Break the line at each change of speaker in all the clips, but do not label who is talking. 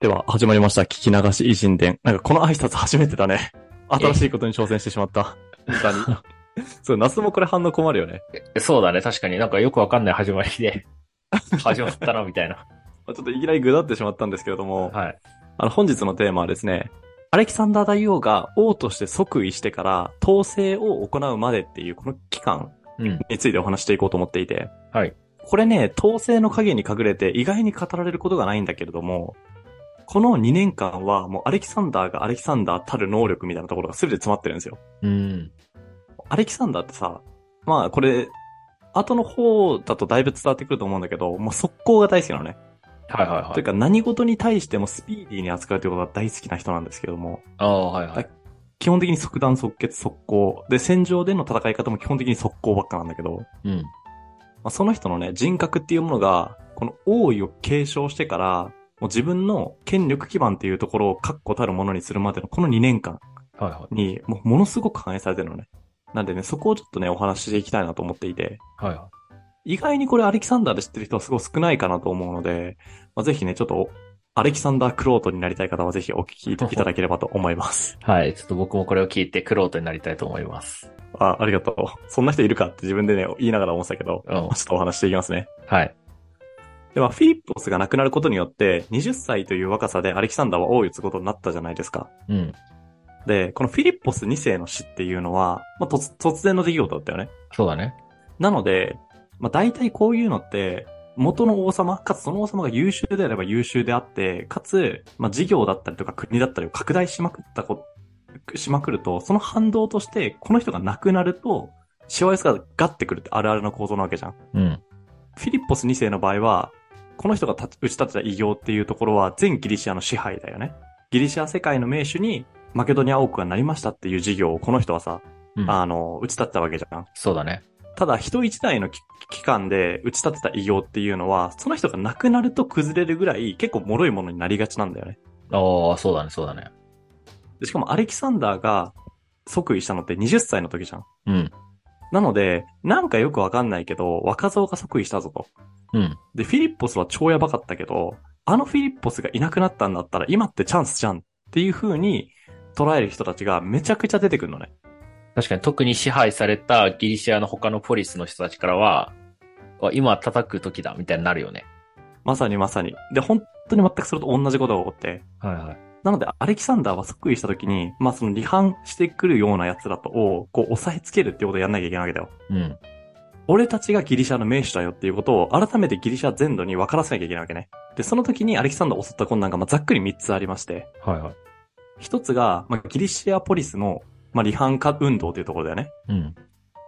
では、始まりました。聞き流し偉人伝。なんかこの挨拶初めてだね。新しいことに挑戦してしまった。本当に。そう、夏もこれ反応困るよね。
そうだね、確かになんかよくわかんない始まり で、始まったな、みたいな。
まあちょっといきなりぐだってしまったんですけれども、
はい。
あの、本日のテーマはですね、アレキサンダー大王が王として即位してから統制を行うまでっていうこの期間
うん。
についてお話していこうと思っていて、
はい。
これね、統制の影に隠れて意外に語られることがないんだけれども、この2年間はもうアレキサンダーがアレキサンダーたる能力みたいなところが全て詰まってるんですよ。
うん。
アレキサンダーってさ、まあこれ、後の方だとだいぶ伝わってくると思うんだけど、もう速攻が大好きなのね。
はいはいは
という
い。
か何事に対してもスピーディーに扱うということが大好きな人なんですけども、
ああ、はいはい。
基本的に即断即決即行。で、戦場での戦い方も基本的に即行ばっかなんだけど、
うん。
まあ、その人のね、人格っていうものが、この王位を継承してから、もう自分の権力基盤っていうところを確固たるものにするまでのこの2年間
はいは
に、もうものすごく反映されてるのね。なんでね、そこをちょっとね、お話ししていきたいなと思っていて、
い。はいは
意外にこれアレキサンダーで知ってる人はすごい少ないかなと思うので、まあ、ぜひね、ちょっと、アレキサンダークロートになりたい方はぜひお聞きいただければと思います。
い。はい。ちょっと僕もこれを聞いて、クロートになりたいと思います。
あ、ありがとう。そんな人いるかって自分でね、言いながら思ってたけど、
うん
ちょ。っとお話ししていきますね。
はい。
で、まあ、フィリップオスが亡くなることによって、20歳という若さでアレキサンダーは王位を継ぐことになったじゃないですか。
うん。
で、このフィリップオス2世の死っていうのは、まあ、突突然の出来事だったよね。
そうだね。
なので、まあ、大体こういうのって、元の王様、かつその王様が優秀であれば優秀であって、かつ、まあ、事業だったりとか国だったりを拡大しまくったこ、しまくると、その反動として、この人が亡くなると、しわ寄せがガッてくるってあるあるな構造なわけじゃん。
うん。
フィリッポス2世の場合は、この人が立ち打ち立てた異業っていうところは全ギリシアの支配だよね。ギリシア世界の名手にマケドニア王国がなりましたっていう事業をこの人はさ、
うん
あの、打ち立てたわけじゃん。
そうだね。
ただ人一代のき期間で打ち立てた異業っていうのは、その人が亡くなると崩れるぐらい結構脆いものになりがちなんだよね。
ああ、そうだね、そうだね。
でしかもアレキサンダーが即位したのって20歳の時じゃん。
うん。
なので、なんかよくわかんないけど、若造が即位したぞと。
うん。
で、フィリッポスは超やばかったけど、あのフィリッポスがいなくなったんだったら今ってチャンスじゃんっていう風に捉える人たちがめちゃくちゃ出てくるのね。
確かに特に支配されたギリシアの他のポリスの人たちからは、あ今叩く時だ、みたいになるよね。
まさにまさに。で、本当に全くそれと同じことが起こって。
はいはい。
なので、アレキサンダーは即位した時に、まあその離反してくるような奴らとを、こう抑えつけるってことをやんなきゃいけないわけだよ。
うん。
俺たちがギリシャの名手だよっていうことを改めてギリシャ全土に分からせなきゃいけないわけね。で、その時にアレキサンダーを襲った困難がまあざっくり3つありまして。
はいはい。
一つが、まあ、ギリシアポリスの、まあ、離反化運動というところだよね。
うん。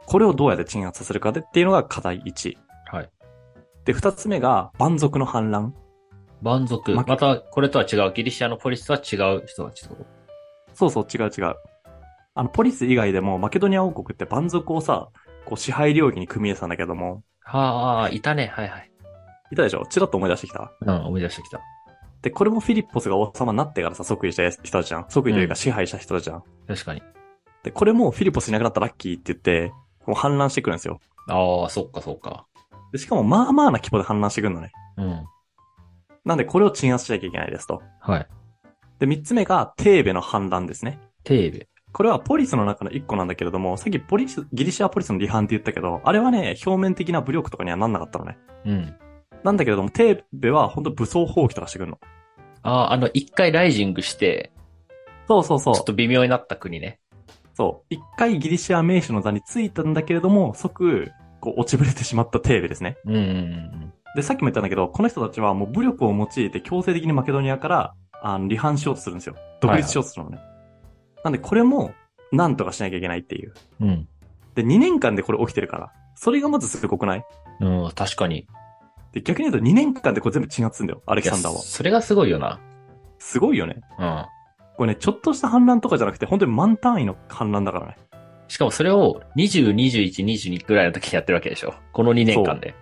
これをどうやって鎮圧させるかでっていうのが課題1。
はい。
で、二つ目が、蛮族の反乱。
蛮族。
ま
また、これとは違う。ギリシアのポリスとは違う人たちってこと
そうそう、違う違う。あの、ポリス以外でも、マケドニア王国って蛮族をさ、こう支配領域に組み入れてたんだけども、
はあ、いたね。はいはい。
いたでしょちらっと思い出してきた。
うん、思い出してきた。
で、これもフィリッポスが王様になってからさ、即位した人たちじゃん。即位という
う
か
ん
支配した人たちじゃん。
確かに。
で、これもフィリッポスいなくなったらラッキーって言って、もう反乱してくるんですよ。
ああ、そっかそっか。
で、しかもまあまあな規模で反乱してくるのね。
うん。
なんで、これを鎮圧しなきゃいけないですと。
はい。
で、三つ目が、テーベの反乱ですね。
テーベ。
これはポリスの中の一個なんだけれども、さっきポリス、ギリシアポリスの離反って言ったけど、あれはね、表面的な武力とかにはなんなかったのね。
うん。
なんだけれども、テーベは本当武装放棄とかしてくるの。
ああ、あの、一回ライジングして、
そうそうそ
ちょっと微妙になった国ね。
そう。一回ギリシア名手の座についたんだけれども、即、こう、落ちぶれてしまったテーベですね。
うんうんうん
で、さっきも言ったんだけど、この人たちはもう武力を用いて強制的にマケドニアから、あの、離反しようとするんですよ。独立しようとするのね。なんで、これも、なんとかしなきゃいけないっていう。
うん。
で、2年間でこれ起きてるから。それがまずすごくない
うん。うん、確かに。い
で、逆に言うと2年間でこれ全部鎮圧するんだよ、アレキ
や
サンダーは。
それがすごいよな。
すごいよね。
うん。
これね、ちょっとした反乱とかじゃなくて、本当に満単位の反乱だからね。
しかもそれを20、21、22ぐらいの時にやってるわけでしょ。この2年間で。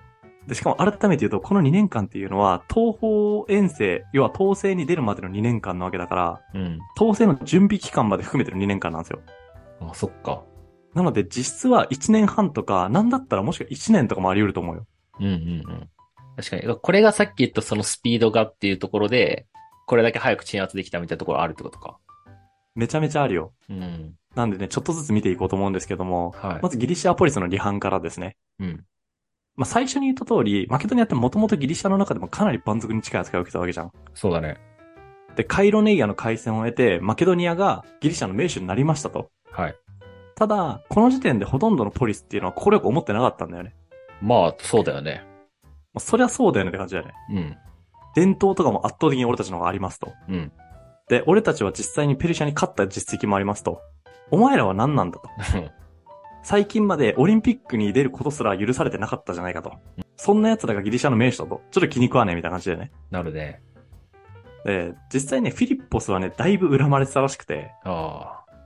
で、しかも改めて言うと、この2年間っていうのは、東方遠征、要は統制に出るまでの2年間なわけだから、
うん。
統制の準備期間まで含めての2年間なんですよ。
あ、そっか。
なので、実質は1年半とか、なんだったらもしくは1年とかもあり得ると思うよ。
うんうんうん。確かに。これがさっき言ったそのスピードがっていうところで、これだけ早く鎮圧できたみたいなところあるってことか。
めちゃめちゃあるよ。
うん。
なんでね、ちょっとずつ見ていこうと思うんですけども、
はい。
まずギリシアポリスの離反からですね。
うん。
まあ、最初に言った通り、マケドニアってもともとギリシアの中でもかなり蛮族に近い扱いを受けたわけじゃん。
そうだね。
で、カイロネイアの海戦を得て、マケドニアがギリシャの名手になりましたと。
はい。
ただ、この時点でほとんどのポリスっていうのは心よく思ってなかったんだよね。
まあ、そうだよね。
まあ、そりゃそうだよねって感じだよね。
うん。
伝統とかも圧倒的に俺たちの方がありますと。
うん。
で、俺たちは実際にペルシャに勝った実績もありますと。お前らは何なんだと。最近までオリンピックに出ることすら許されてなかったじゃないかと。そんな奴らがギリシャの名手だと。ちょっと気に食わねえみたいな感じでね。
なるね。
で、実際ね、フィリッポスはね、だいぶ恨まれてたらしくて、
ああ。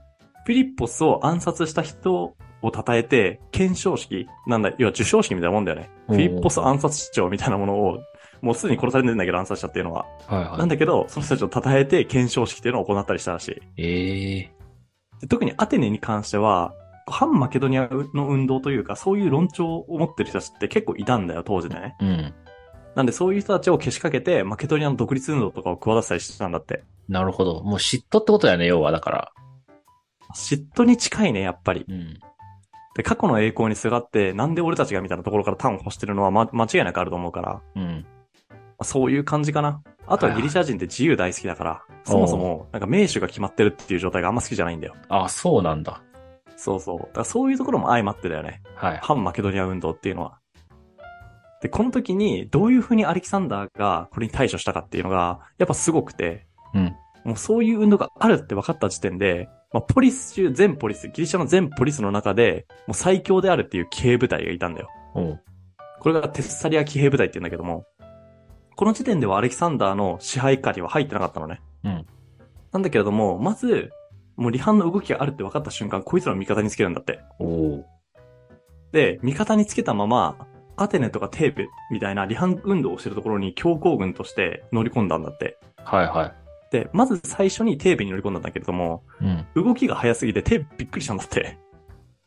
フィリッポスを暗殺した人を称えて、検証式、なんだ、要は受賞式みたいなもんだよね。
うん
フィリッポス暗殺市長みたいなものを、もうすでに殺されてるんだけど暗殺者っていうのは。
はい
な
は
ん
い。
だけど、その人たちを称えて検証式っていうのを行ったりしたらしい。
ええ
で特にアテネに関しては、反マケドニアの運動というか、そういう論調を持ってる人たちって結構いたんだよ、当時でね。
うん。
なんでそういう人たちをけしかけて、マケドニアの独立運動とかを企てたりしてたんだって。
なるほど。もう嫉妬ってことだよね、要は。だから。
嫉妬に近いね、やっぱり。
うん。
で、過去の栄光にすがって、なんで俺たちがみたいなところから端を欲してるのは、ま、間違いなくあると思うから、ま
うん。
あそういう感じかな。あとはギリシャ人って自由大好きだから、そもそも、なんか名手が決まってるっていう状態があんま好きじゃないんだよ。
ああ、そうなんだ。
そうそう。だからそういうところも相まってだよね。
はい。
反マケドニア運動っていうのは。で、この時にどういう風にアレキサンダーがこれに対処したかっていうのが、やっぱすごくて、
うん
もうそういう運動があるって分かった時点で、まあ、ポリス中全ポリス、ギリシャの全ポリスの中で、もう最強であるっていう騎兵部隊がいたんだよ。
うん。
これがテッサリア騎兵部隊って言うんだけども、この時点ではアレキサンダーの支配下には入ってなかったのね。
うん。
なんだけれども、まず、もう離反の動きがあるって分かった瞬間、こいつらを味方につけるんだって。
おお。
で、味方につけたまま、アテネとかテープみたいな離反運動をしてるところに強行軍として乗り込んだんだって。
はいは
で、まず最初にテープに乗り込んだんだけれども、
い。うん。
動きが早すぎてテープびっくりしたんだって。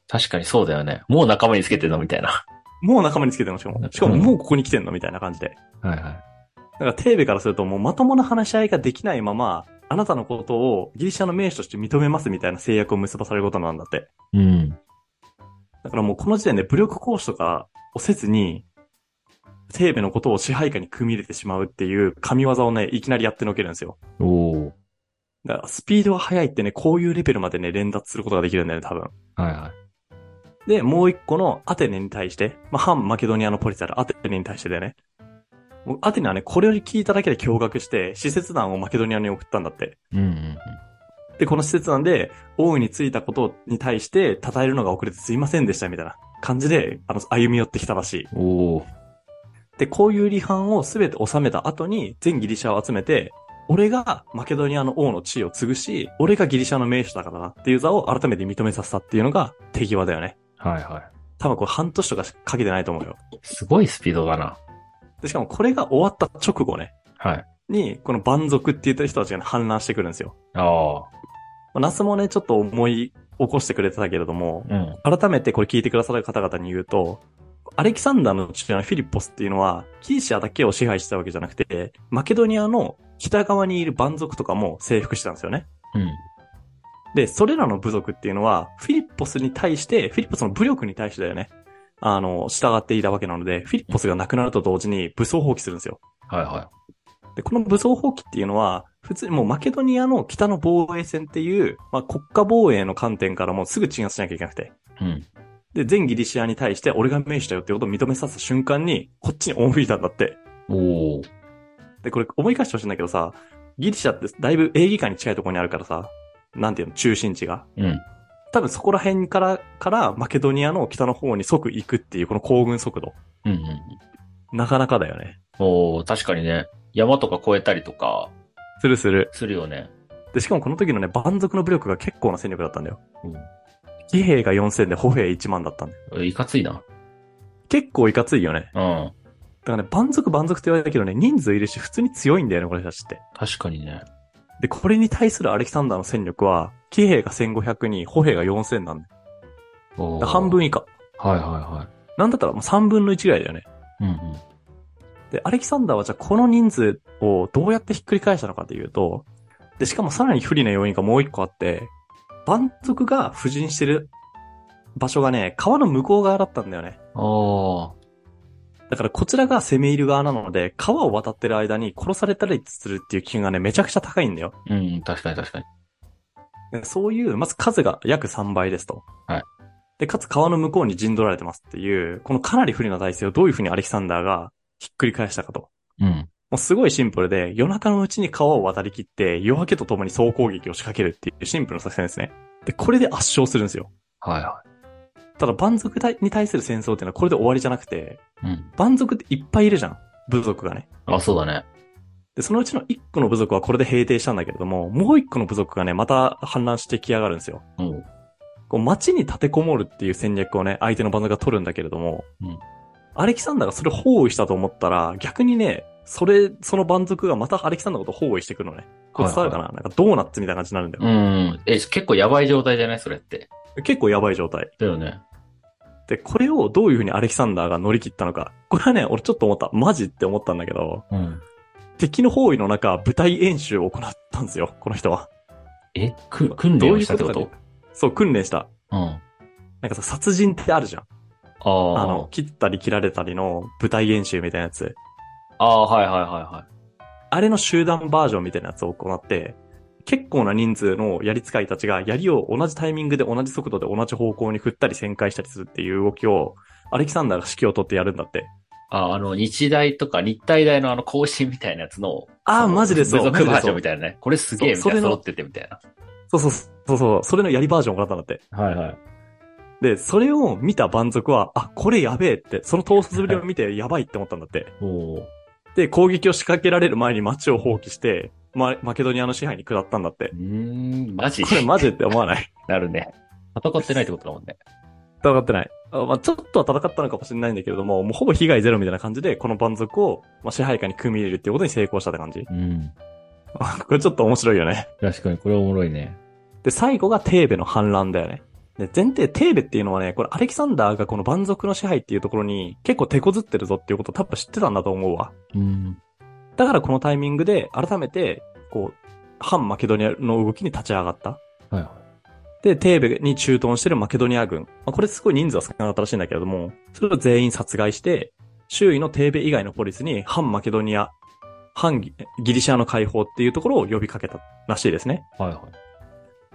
確かにそうだよね。もう仲間につけてるのみたいな。
もう仲間につけてるのしかも。しかももうここに来てんのみたいな感じで。
はいはい。
だからテーベからするともうまともな話し合いができないまま、あなたのことをギリシャの名手として認めますみたいな制約を結ばされることなんだって。
うん。
だからもうこの時点で武力行使とかをせずに、テーベのことを支配下に組み入れてしまうっていう神業をね、いきなりやってのけるんですよ。
おお。
だからスピードが速いってね、こういうレベルまでね、連達することができるんだよね、多分。
はいはい。
で、もう一個のアテネに対して、まあ、反マケドニアのポリスであるアテネに対してだよね。もうアテネはね、これを聞いただけで驚愕して、使節団をマケドニアに送ったんだって。
うんうん
で、この施設なんで、王位についたことに対して、称えるのが遅れてすいませんでした、みたいな感じで、あの、歩み寄ってきたらしい。
うん。おお。
で、こういう離反をすべて収めた後に、全ギリシャを集めて、俺がマケドニアの王の地位を継ぐし、俺がギリシャの名手だからなっていう座を改めて認めさせたっていうのが手際だよね。
はいは
多分これ半年とかしかけてないと思うよ。
い。すごいスピードだな。
で、しかもこれが終わった直後ね、
はい。
に、この蛮族って言った人たちがね、反乱してくるんですよ。
ああ。
まあ、ナスもね、ちょっと思い起こしてくれてたけれども、
うん。
改めてこれ聞いてくださる方々に言うと、アレキサンダーの父親のフィリッポスっていうのは、キーシアだけを支配してたわけじゃなくて、マケドニアの北側にいる蛮族とかも征服してたんですよね。
うん。
で、それらの部族っていうのは、フィリッポスに対して、フィリッポスの武力に対してだよね。あの、従っていたわけなので、フィリッポスが亡くなると同時に武装放棄するんですよ。
はいは
で、この武装放棄っていうのは、普通にもうマケドニアの北の防衛戦っていう、まあ国家防衛の観点からもうすぐ鎮圧しなきゃいけなくて、
い。うん。
で、全ギリシアに対して俺が名手だよってことを認めさせた瞬間に、こっちに赴いたんだって。
おお。
で、これ思い返してほしいんだけどさ、ギリシアってだいぶ英義界に近いところにあるからさ、なんていうの、中心地が。
うん。
多分そこら辺から、からマケドニアの北の方に即行くっていうこの行軍速度。
うんうんうん。
なかなかだよね。
おお、確かにね。山とか越えたりとか、
するする。
するよね。
で、しかもこの時のね、蛮族の武力が結構な戦力だったんだよ。
うん。
騎兵が4000で歩兵1万だったんだよ。
えいかついな。
結構いかついよね。
うん。
だからね、蛮族蛮族って言われたけどね、人数いるし普通に強いんだよね、これたちって。
確かにね。
で、これに対するアレキサンダーの戦力は、騎兵が1500に歩兵が4000なんだよだ
おー
から半。分以下。
はいは
なんだったらもう3分の1ぐらいだよね。
いはい。うんうん。
で、アレキサンダーはじゃあこの人数をどうやってひっくり返したのかというと、で、しかもさらに不利な要因がもう一個あって、蛮族が布陣してる場所がね、川の向こう側だったんだよね。
おー。
だからこちらが攻め入る側なので、川を渡ってる間に殺されたりするっていう危険がね、めちゃくちゃ高いんだよ。
うん、確かに確かに。
でそういう、まず数が約3倍ですと。
はい。
で、かつ川の向こうに陣取られてますっていう、このかなり不利な体制をどういうふうにアレキサンダーがひっくり返したかと。
うん。
もうすごいシンプルで、夜中のうちに川を渡り切って、夜明けとともに総攻撃を仕掛けるっていうシンプルな作戦ですね。で、これで圧勝するんですよ。
はいは
ただ、蛮族に対する戦争っていうのはこれで終わりじゃなくて、
い。うん。
蛮族っていっぱいいるじゃん。部族がね。
あ、そうだね。
で、そのうちの1個の部族はこれで平定したんだけれども、もう1個の部族がね、また反乱してきやがるんですよ。
うん。
こう街に立てこもるっていう戦略をね、相手のバンドが取るんだけれども、
うん
アレキサンダーがそれを包囲したと思ったら、逆にね、それ、その蛮族がまたアレキサンダーのことを包囲してくるのね。これ伝わるかな、なんかドーナツみたいな感じになるんだよ。
うん。え、結構やばい状態じゃないそれって。
結構やばい状態。
だよね。
で、これをどういう風にアレキサンダーが乗り切ったのか。これはね、俺ちょっと思った。マジって思ったんだけど、
うん。
敵の包囲の中、舞台演習を行ったんですよ、この人は。
え、く、訓練をしたってこと
どういうことかそう、訓練した。
うん。あ
なんかさ、殺人ってあるじゃん。
あ。
あの、切ったり切られたりの舞台演習みたいなやつ。
ああ、はいはいはいはい。
あれの集団バージョンみたいなやつを行って、結構な人数の槍使いたちが槍を同じタイミングで同じ速度で同じ方向に振ったり旋回したりするっていう動きを、アレキサンダーが指揮を取ってやるんだって。
ああ、あの、日大とか日体大のあの、更新みたいなやつの。
ああ、マジでそう。
部
マ
族
ジ
バ
で
ージョ
そ
ン
う
み。たいなね。これすげえみたいな、
そうそれの
揃っててみたいな。
そうそうそうそう。それの槍バージョンをもらったんだって。
はいはい。
で、それを見た蛮族は、あ、これやべえって、その統率ぶりを見てやばいって思ったんだって。
おお。
で、攻撃を仕掛けられる前に街を放棄して、ま、マケドニアの支配に下ったんだって
う。ーん、マジ
これマジって思わない
なるね。戦ってないってことだもんね。
戦ってない。あまあ、ちょっとは戦ったのかもしれないんだけれども、もうほぼ被害ゼロみたいな感じで、この蛮族を、まあ、支配下に組み入れるっていうことに成功したって感じ。
うん。
これちょっと面白いよね。
確かに、これおもろいね。
で、最後がテーベの反乱だよね。で、前提、テーベっていうのはね、これアレキサンダーがこの蛮族の支配っていうところに結構手こずってるぞっていうことを多分知ってたんだと思うわ。
うん。
だからこのタイミングで改めて、こう、反マケドニアの動きに立ち上がった。
はいはい。
で、テーベに駐屯してるマケドニア軍。まあ、これすごい人数は少なかったらしいんだけれども、それを全員殺害して、周囲のテーベ以外のポリスに反マケドニア、反ギギリシアの解放っていうところを呼びかけたらしいですね。
はいはい。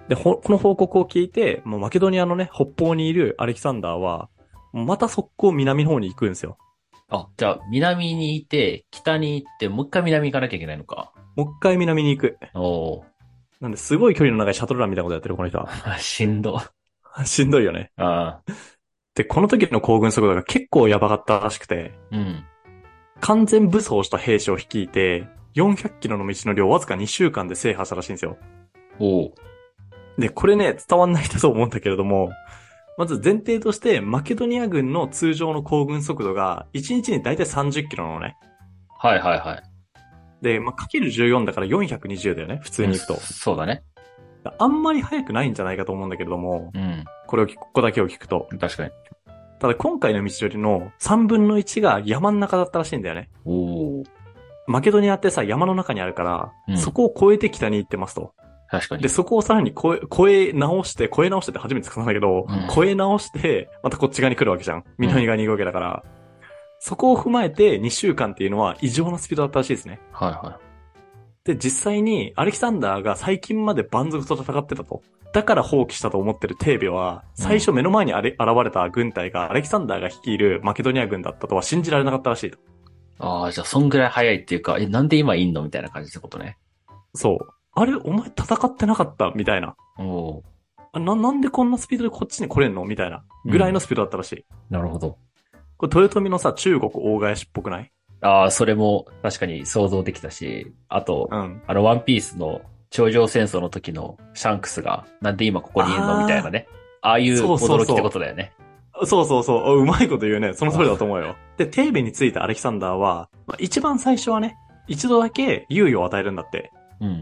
で、ほこの報告を聞いて、もうマケドニアのね、北方にいるアレキサンダーは、また速攻南の方に行くんですよ。
あ、じゃあ、南にいて、北に行って、もう一回南行かなきゃいけないのか。
もう一回南に行く。
お
なんで、すごい距離の長いシャトルランみたいなことやってる、この人は。
お。 しんど。
しんどいよね。
ああ。
で、この時の行軍速度が結構やばかったらしくて、
うん。
完全武装した兵士を率いて、400キロの道のりをわずか2週間で制覇したらしいんですよ。
おお。
で、これね、伝わんない人と思うんだけれども、まず前提として、マケドニア軍の通常の行軍速度が、1日にだいたい30キロなのね。
はいはいはい。
で、まあ、かける14だから420だよね、普通に行く
うん
と。
そうだね。
あんまり速くないんじゃないかと思うんだけれども、
うん。
これを聞く、ここだけを聞くと。
確かに。
ただ今回の道のりの3分の1が山の中だったらしいんだよね。
おお。
マケドニアってさ、山の中にあるから、
うん
そこを越えて北に行ってますと。
確かに
で、。そこをさらに越え、越え直して、越え直してって初めて使ったんだけど、
うん
越え直して、またこっち側に来るわけじゃん。南側に行くわけだから。そこを踏まえて2週間っていうのは異常なスピードだったらしいですね。
はいは
で、実際にアレキサンダーが最近まで蛮族と戦ってたと。だから放棄したと思ってるテーベは、最初目の前にあれ現れた軍隊がアレキサンダーが率いるマケドニア軍だったとは信じられなかったらしいと。
い。ああ、じゃあ、そんぐらい早いっていうか、え、なんで今いんのみたいな感じってことね。
そう。あれお前戦ってなかったみたいな。
おお。
あな、なんでこんなスピードでこっちに来れんのみたいな。ぐらいのスピードだったらしい。
なるほど。
これ、豊臣のさ、中国大返しっぽくない
ああ、それも確かに想像できたし、あと、
ん。
あの、ワンピースの頂上戦争の時のシャンクスが、なんで今ここにいる
あー
のみたいなね。ああいう
そうそうそう
驚きってことだよね。
そうそうそう。うまいこと言うね。その通りだと思うよ。で、テーベについたアレキサンダーは、まあ、一番最初はね、一度だけ猶予を与えるんだって。
うん。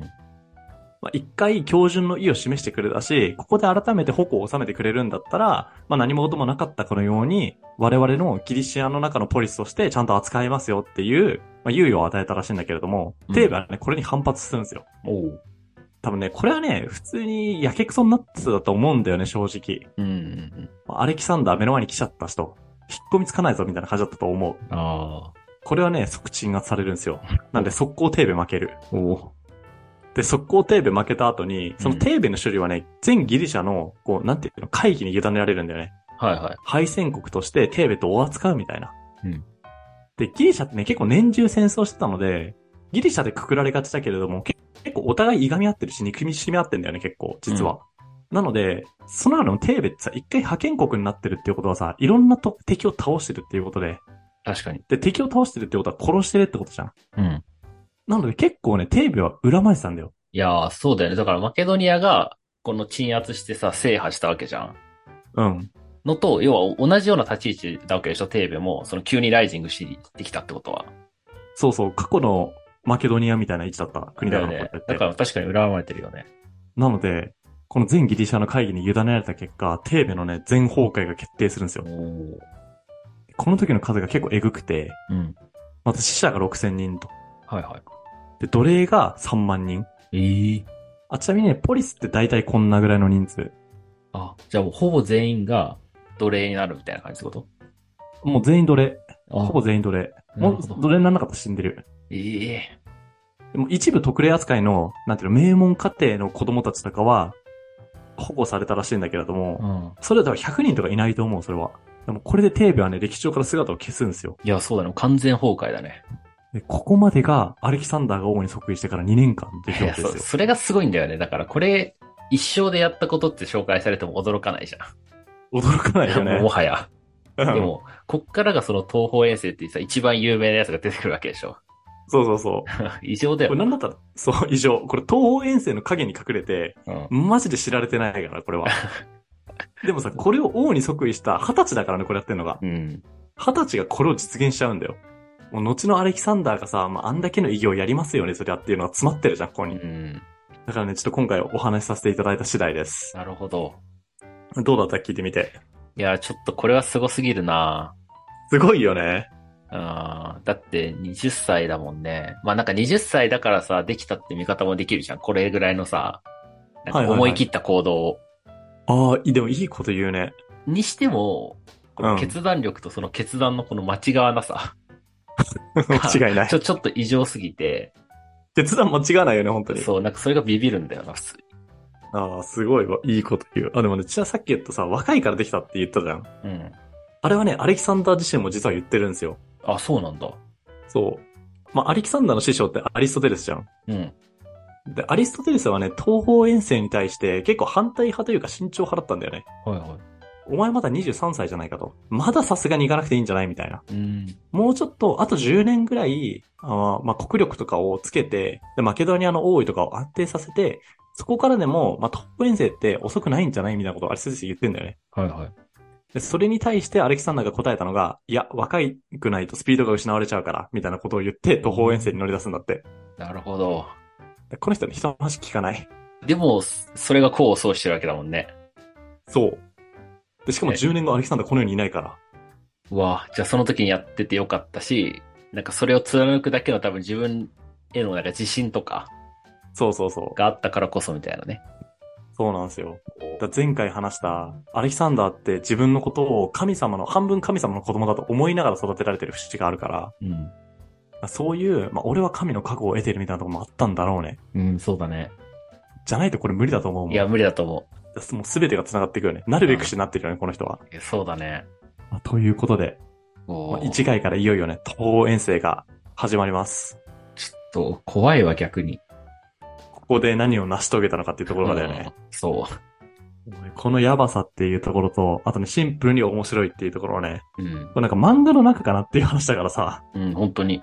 まあ、一回標準の意を示してくれたし、ここで改めて矛を収めてくれるんだったら、まあ、何事もなかったかのように、我々のギリシアの中のポリスとしてちゃんと扱いますよっていう、まあ、猶予を与えたらしいんだけれども
う、ん
テーブはね、これに反発するんですよ。
おう。
多分ね、これはね、普通にやけくそになってたと思うんだよね、正直。
うんうん
まあアレキサンダー目の前に来ちゃった人、引っ込みつかないぞみたいな感じだったと思う。
うん。あ
これはね、即鎮圧されるんですよ。なんで、速攻テーベ負ける。
あ。おう。
で、速攻テーベ負けた後に、そのテーベの処理はね、全ギリシャの、こう、なんていうの、会議に委ねられるんだよね。
はいはい。
敗戦国としてテーベとを扱うみたいな。
うん
で、ギリシャってね、結構年中戦争してたので、ギリシャでくくられがちだけれども、け結構お互いいがみ合ってるし、憎みしみ合ってんだよね、結構、実は。なので、そのあのテーベってさ、一回派遣国になってるっていうことはさ、いろんなと敵を倒してるっていうことで、
確かに。
で、敵を倒してるってことは殺してるってことじゃん。
うん。
なので結構ね、テーベは恨まれてたんだよ。
いやー、そうだよね。だからマケドニアが、この鎮圧してさ、制覇したわけじゃん。
うん。
のと、要は同じような立ち位置だわけでしょ、テーベも。その急にライジングしてきたってことは。
そうそう、過去のマケドニアみたいな位置だった国だ
だ
か
よ
ら
ね
これっ。て
だから確かに恨まれてるよね。
なので、この全ギリシャの会議に委ねられた結果、テーベのね、全崩壊が決定するんですよ
お。ー
この時の数が結構えぐくて、
うん。
また死者が6000人と。
はいは
で、奴隷が3万人。
い。ええ
あ、ちなみにね、ポリスって大体こんなぐらいの人数。
あ、じゃあもうほぼ全員が奴隷になるみたいな感じってこと
もう全員奴隷。ほぼ
あ、
全員奴隷。
な
も
る
う
ほど
奴隷にならなかったら死んでる。
ええ
でも一部特例扱いの、なんていうの、名門家庭の子供たちとかは、保護されたらしいんだけれども、
うん。
それだと100人とかいないと思う、それは。でもこれでテーベはね、歴史上から姿を消すんですよ。
いや、そうだね。完全崩壊だね。
で、ここまでがアレキサンダーが王に即位してから2年間っていう
い
状
や
況
そ
で
う
すよ。
それがすごいんだよね。だからこれ、一生でやったことって紹介されても驚かないじゃん。
驚かないよ
もう
ね
も。はや。
うん
でも、こっからがその東方遠征っていうさ、一番有名なやつが出てくるわけでしょ。
そうそうそう。
異常だ
こ
よ
れ
ね。
なんだったら、そう、以上。これ東方遠征の影に隠れて、
うん
マジで知られてないから、これ は。でもさ、これを王に即位した20歳だからね、これやってんのが。
うん。
20歳がこれを実現しちゃうんだよ。もう後のアレキサンダーがさ、まあ、あんだけの偉業やりますよね、そりゃっていうのが詰まってるじゃん、ここ
う
に。
ん。
だからね、ちょっと今回お話しさせていただいた次第です。
なるほど。
どうだった聞いてみて。
いや、ちょっとこれはすごすぎるな
すごいよね。
あだって20歳だもんね。まあなんか20歳だからさ、できたって見方もできるじゃん。これぐらいのさ、
はい
なんか
はいはい
思い切った行動を。
ああ、いでもいいこと言うね。
にしても、こ
う
の
ん
決断力とその決断のこの間違わなさ、
間違いない
ち。 ょ、ちょっと異常すぎて、
決断間違わないよね、本当に。
そう、なんかそれがビビるんだよな、普通に。
ああ、すごいわ。いいこと言う。あ、でもね、ちなさっき言ったさ、若いからできたって言ったじゃん。
うん。
あれはね、アレキサンダー自身も実は言ってるんですよ。
あ、そうなんだ。
そう。まあ、アレキサンダーの師匠ってアリストテレスじゃん。
うん。
で、アリストテレスはね、東方遠征に対して結構反対派というか慎重派だったんだよね。
はいは
お前まだ23歳じゃないかと。まださすがに行かなくていいんじゃないみたいな。
い。うん。
もうちょっと、あと10年ぐらい、あーまあ、国力とかをつけて、で、マケドニアの王位とかを安定させて、そこからでも、まあ、トップ遠征って遅くないんじゃないみたいなことをアリストテレス言ってんだよね。
はいはい。
で、それに対してアレキサンダーが答えたのが、いや、若いくないとスピードが失われちゃうから、みたいなことを言って、途方遠征に乗り出すんだって。
なるほど。
でこの人の人の話聞かない。
でも、そそれが功を奏してるわけだもんね。
そう。で、しかも
え
10年後アレキサンダーこの世にいないから。
うわじゃあその時にやっててよかったし、なんかそれを貫くだけの多分自分へのなんか自信とか
そうそうそう。
があったからこそみたいなね。
そうなんですよ。だ前回話した、アレキサンダーって自分のことを神様の、半分神様の子供だと思いながら育てられてる節があるから、
うん。
そういう、まあ、俺は神の覚悟を得てるみたいなところもあったんだろうね。
うん、そうだね。
じゃないとこれ無理だと思うもん。
いや、無理だと思
もう全てが繋がっていくよね。なるべくしてなってるよね、この人は。
ういや。そうだね。
まあということで、
お
まあ、
ー
1回からいよいよね、東欧遠征が始まります。
ちょっと、怖いわ、逆に。
ここで何を成し遂げたのかっていうところまでね、
うんそ
このヤバさっていうところと、あとね、シンプルに面白いっていうところをね、
う。うん
こ。れなんか漫画の中かなっていう話だからさ、
うん、本当に。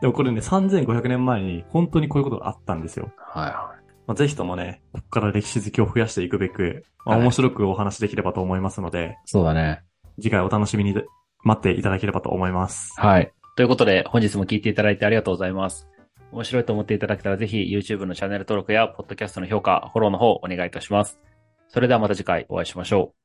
でもこれね、3500年前に本当にこういうことがあったんですよ。
はいは
まあ、ぜひともね、ここから歴史好きを増やしていくべく、まあ、
はい
面白くお話できればと思いますので、
い。そうだね。
次回お楽しみに待っていただければと思います。
はい。ということで、本日も聞いていただいてありがとうございます。面白いと思っていただけたらぜひ YouTube のチャンネル登録や、ポッドキャストの評価、フォローの方お願いいたします。それではまた次回お会いしましょう。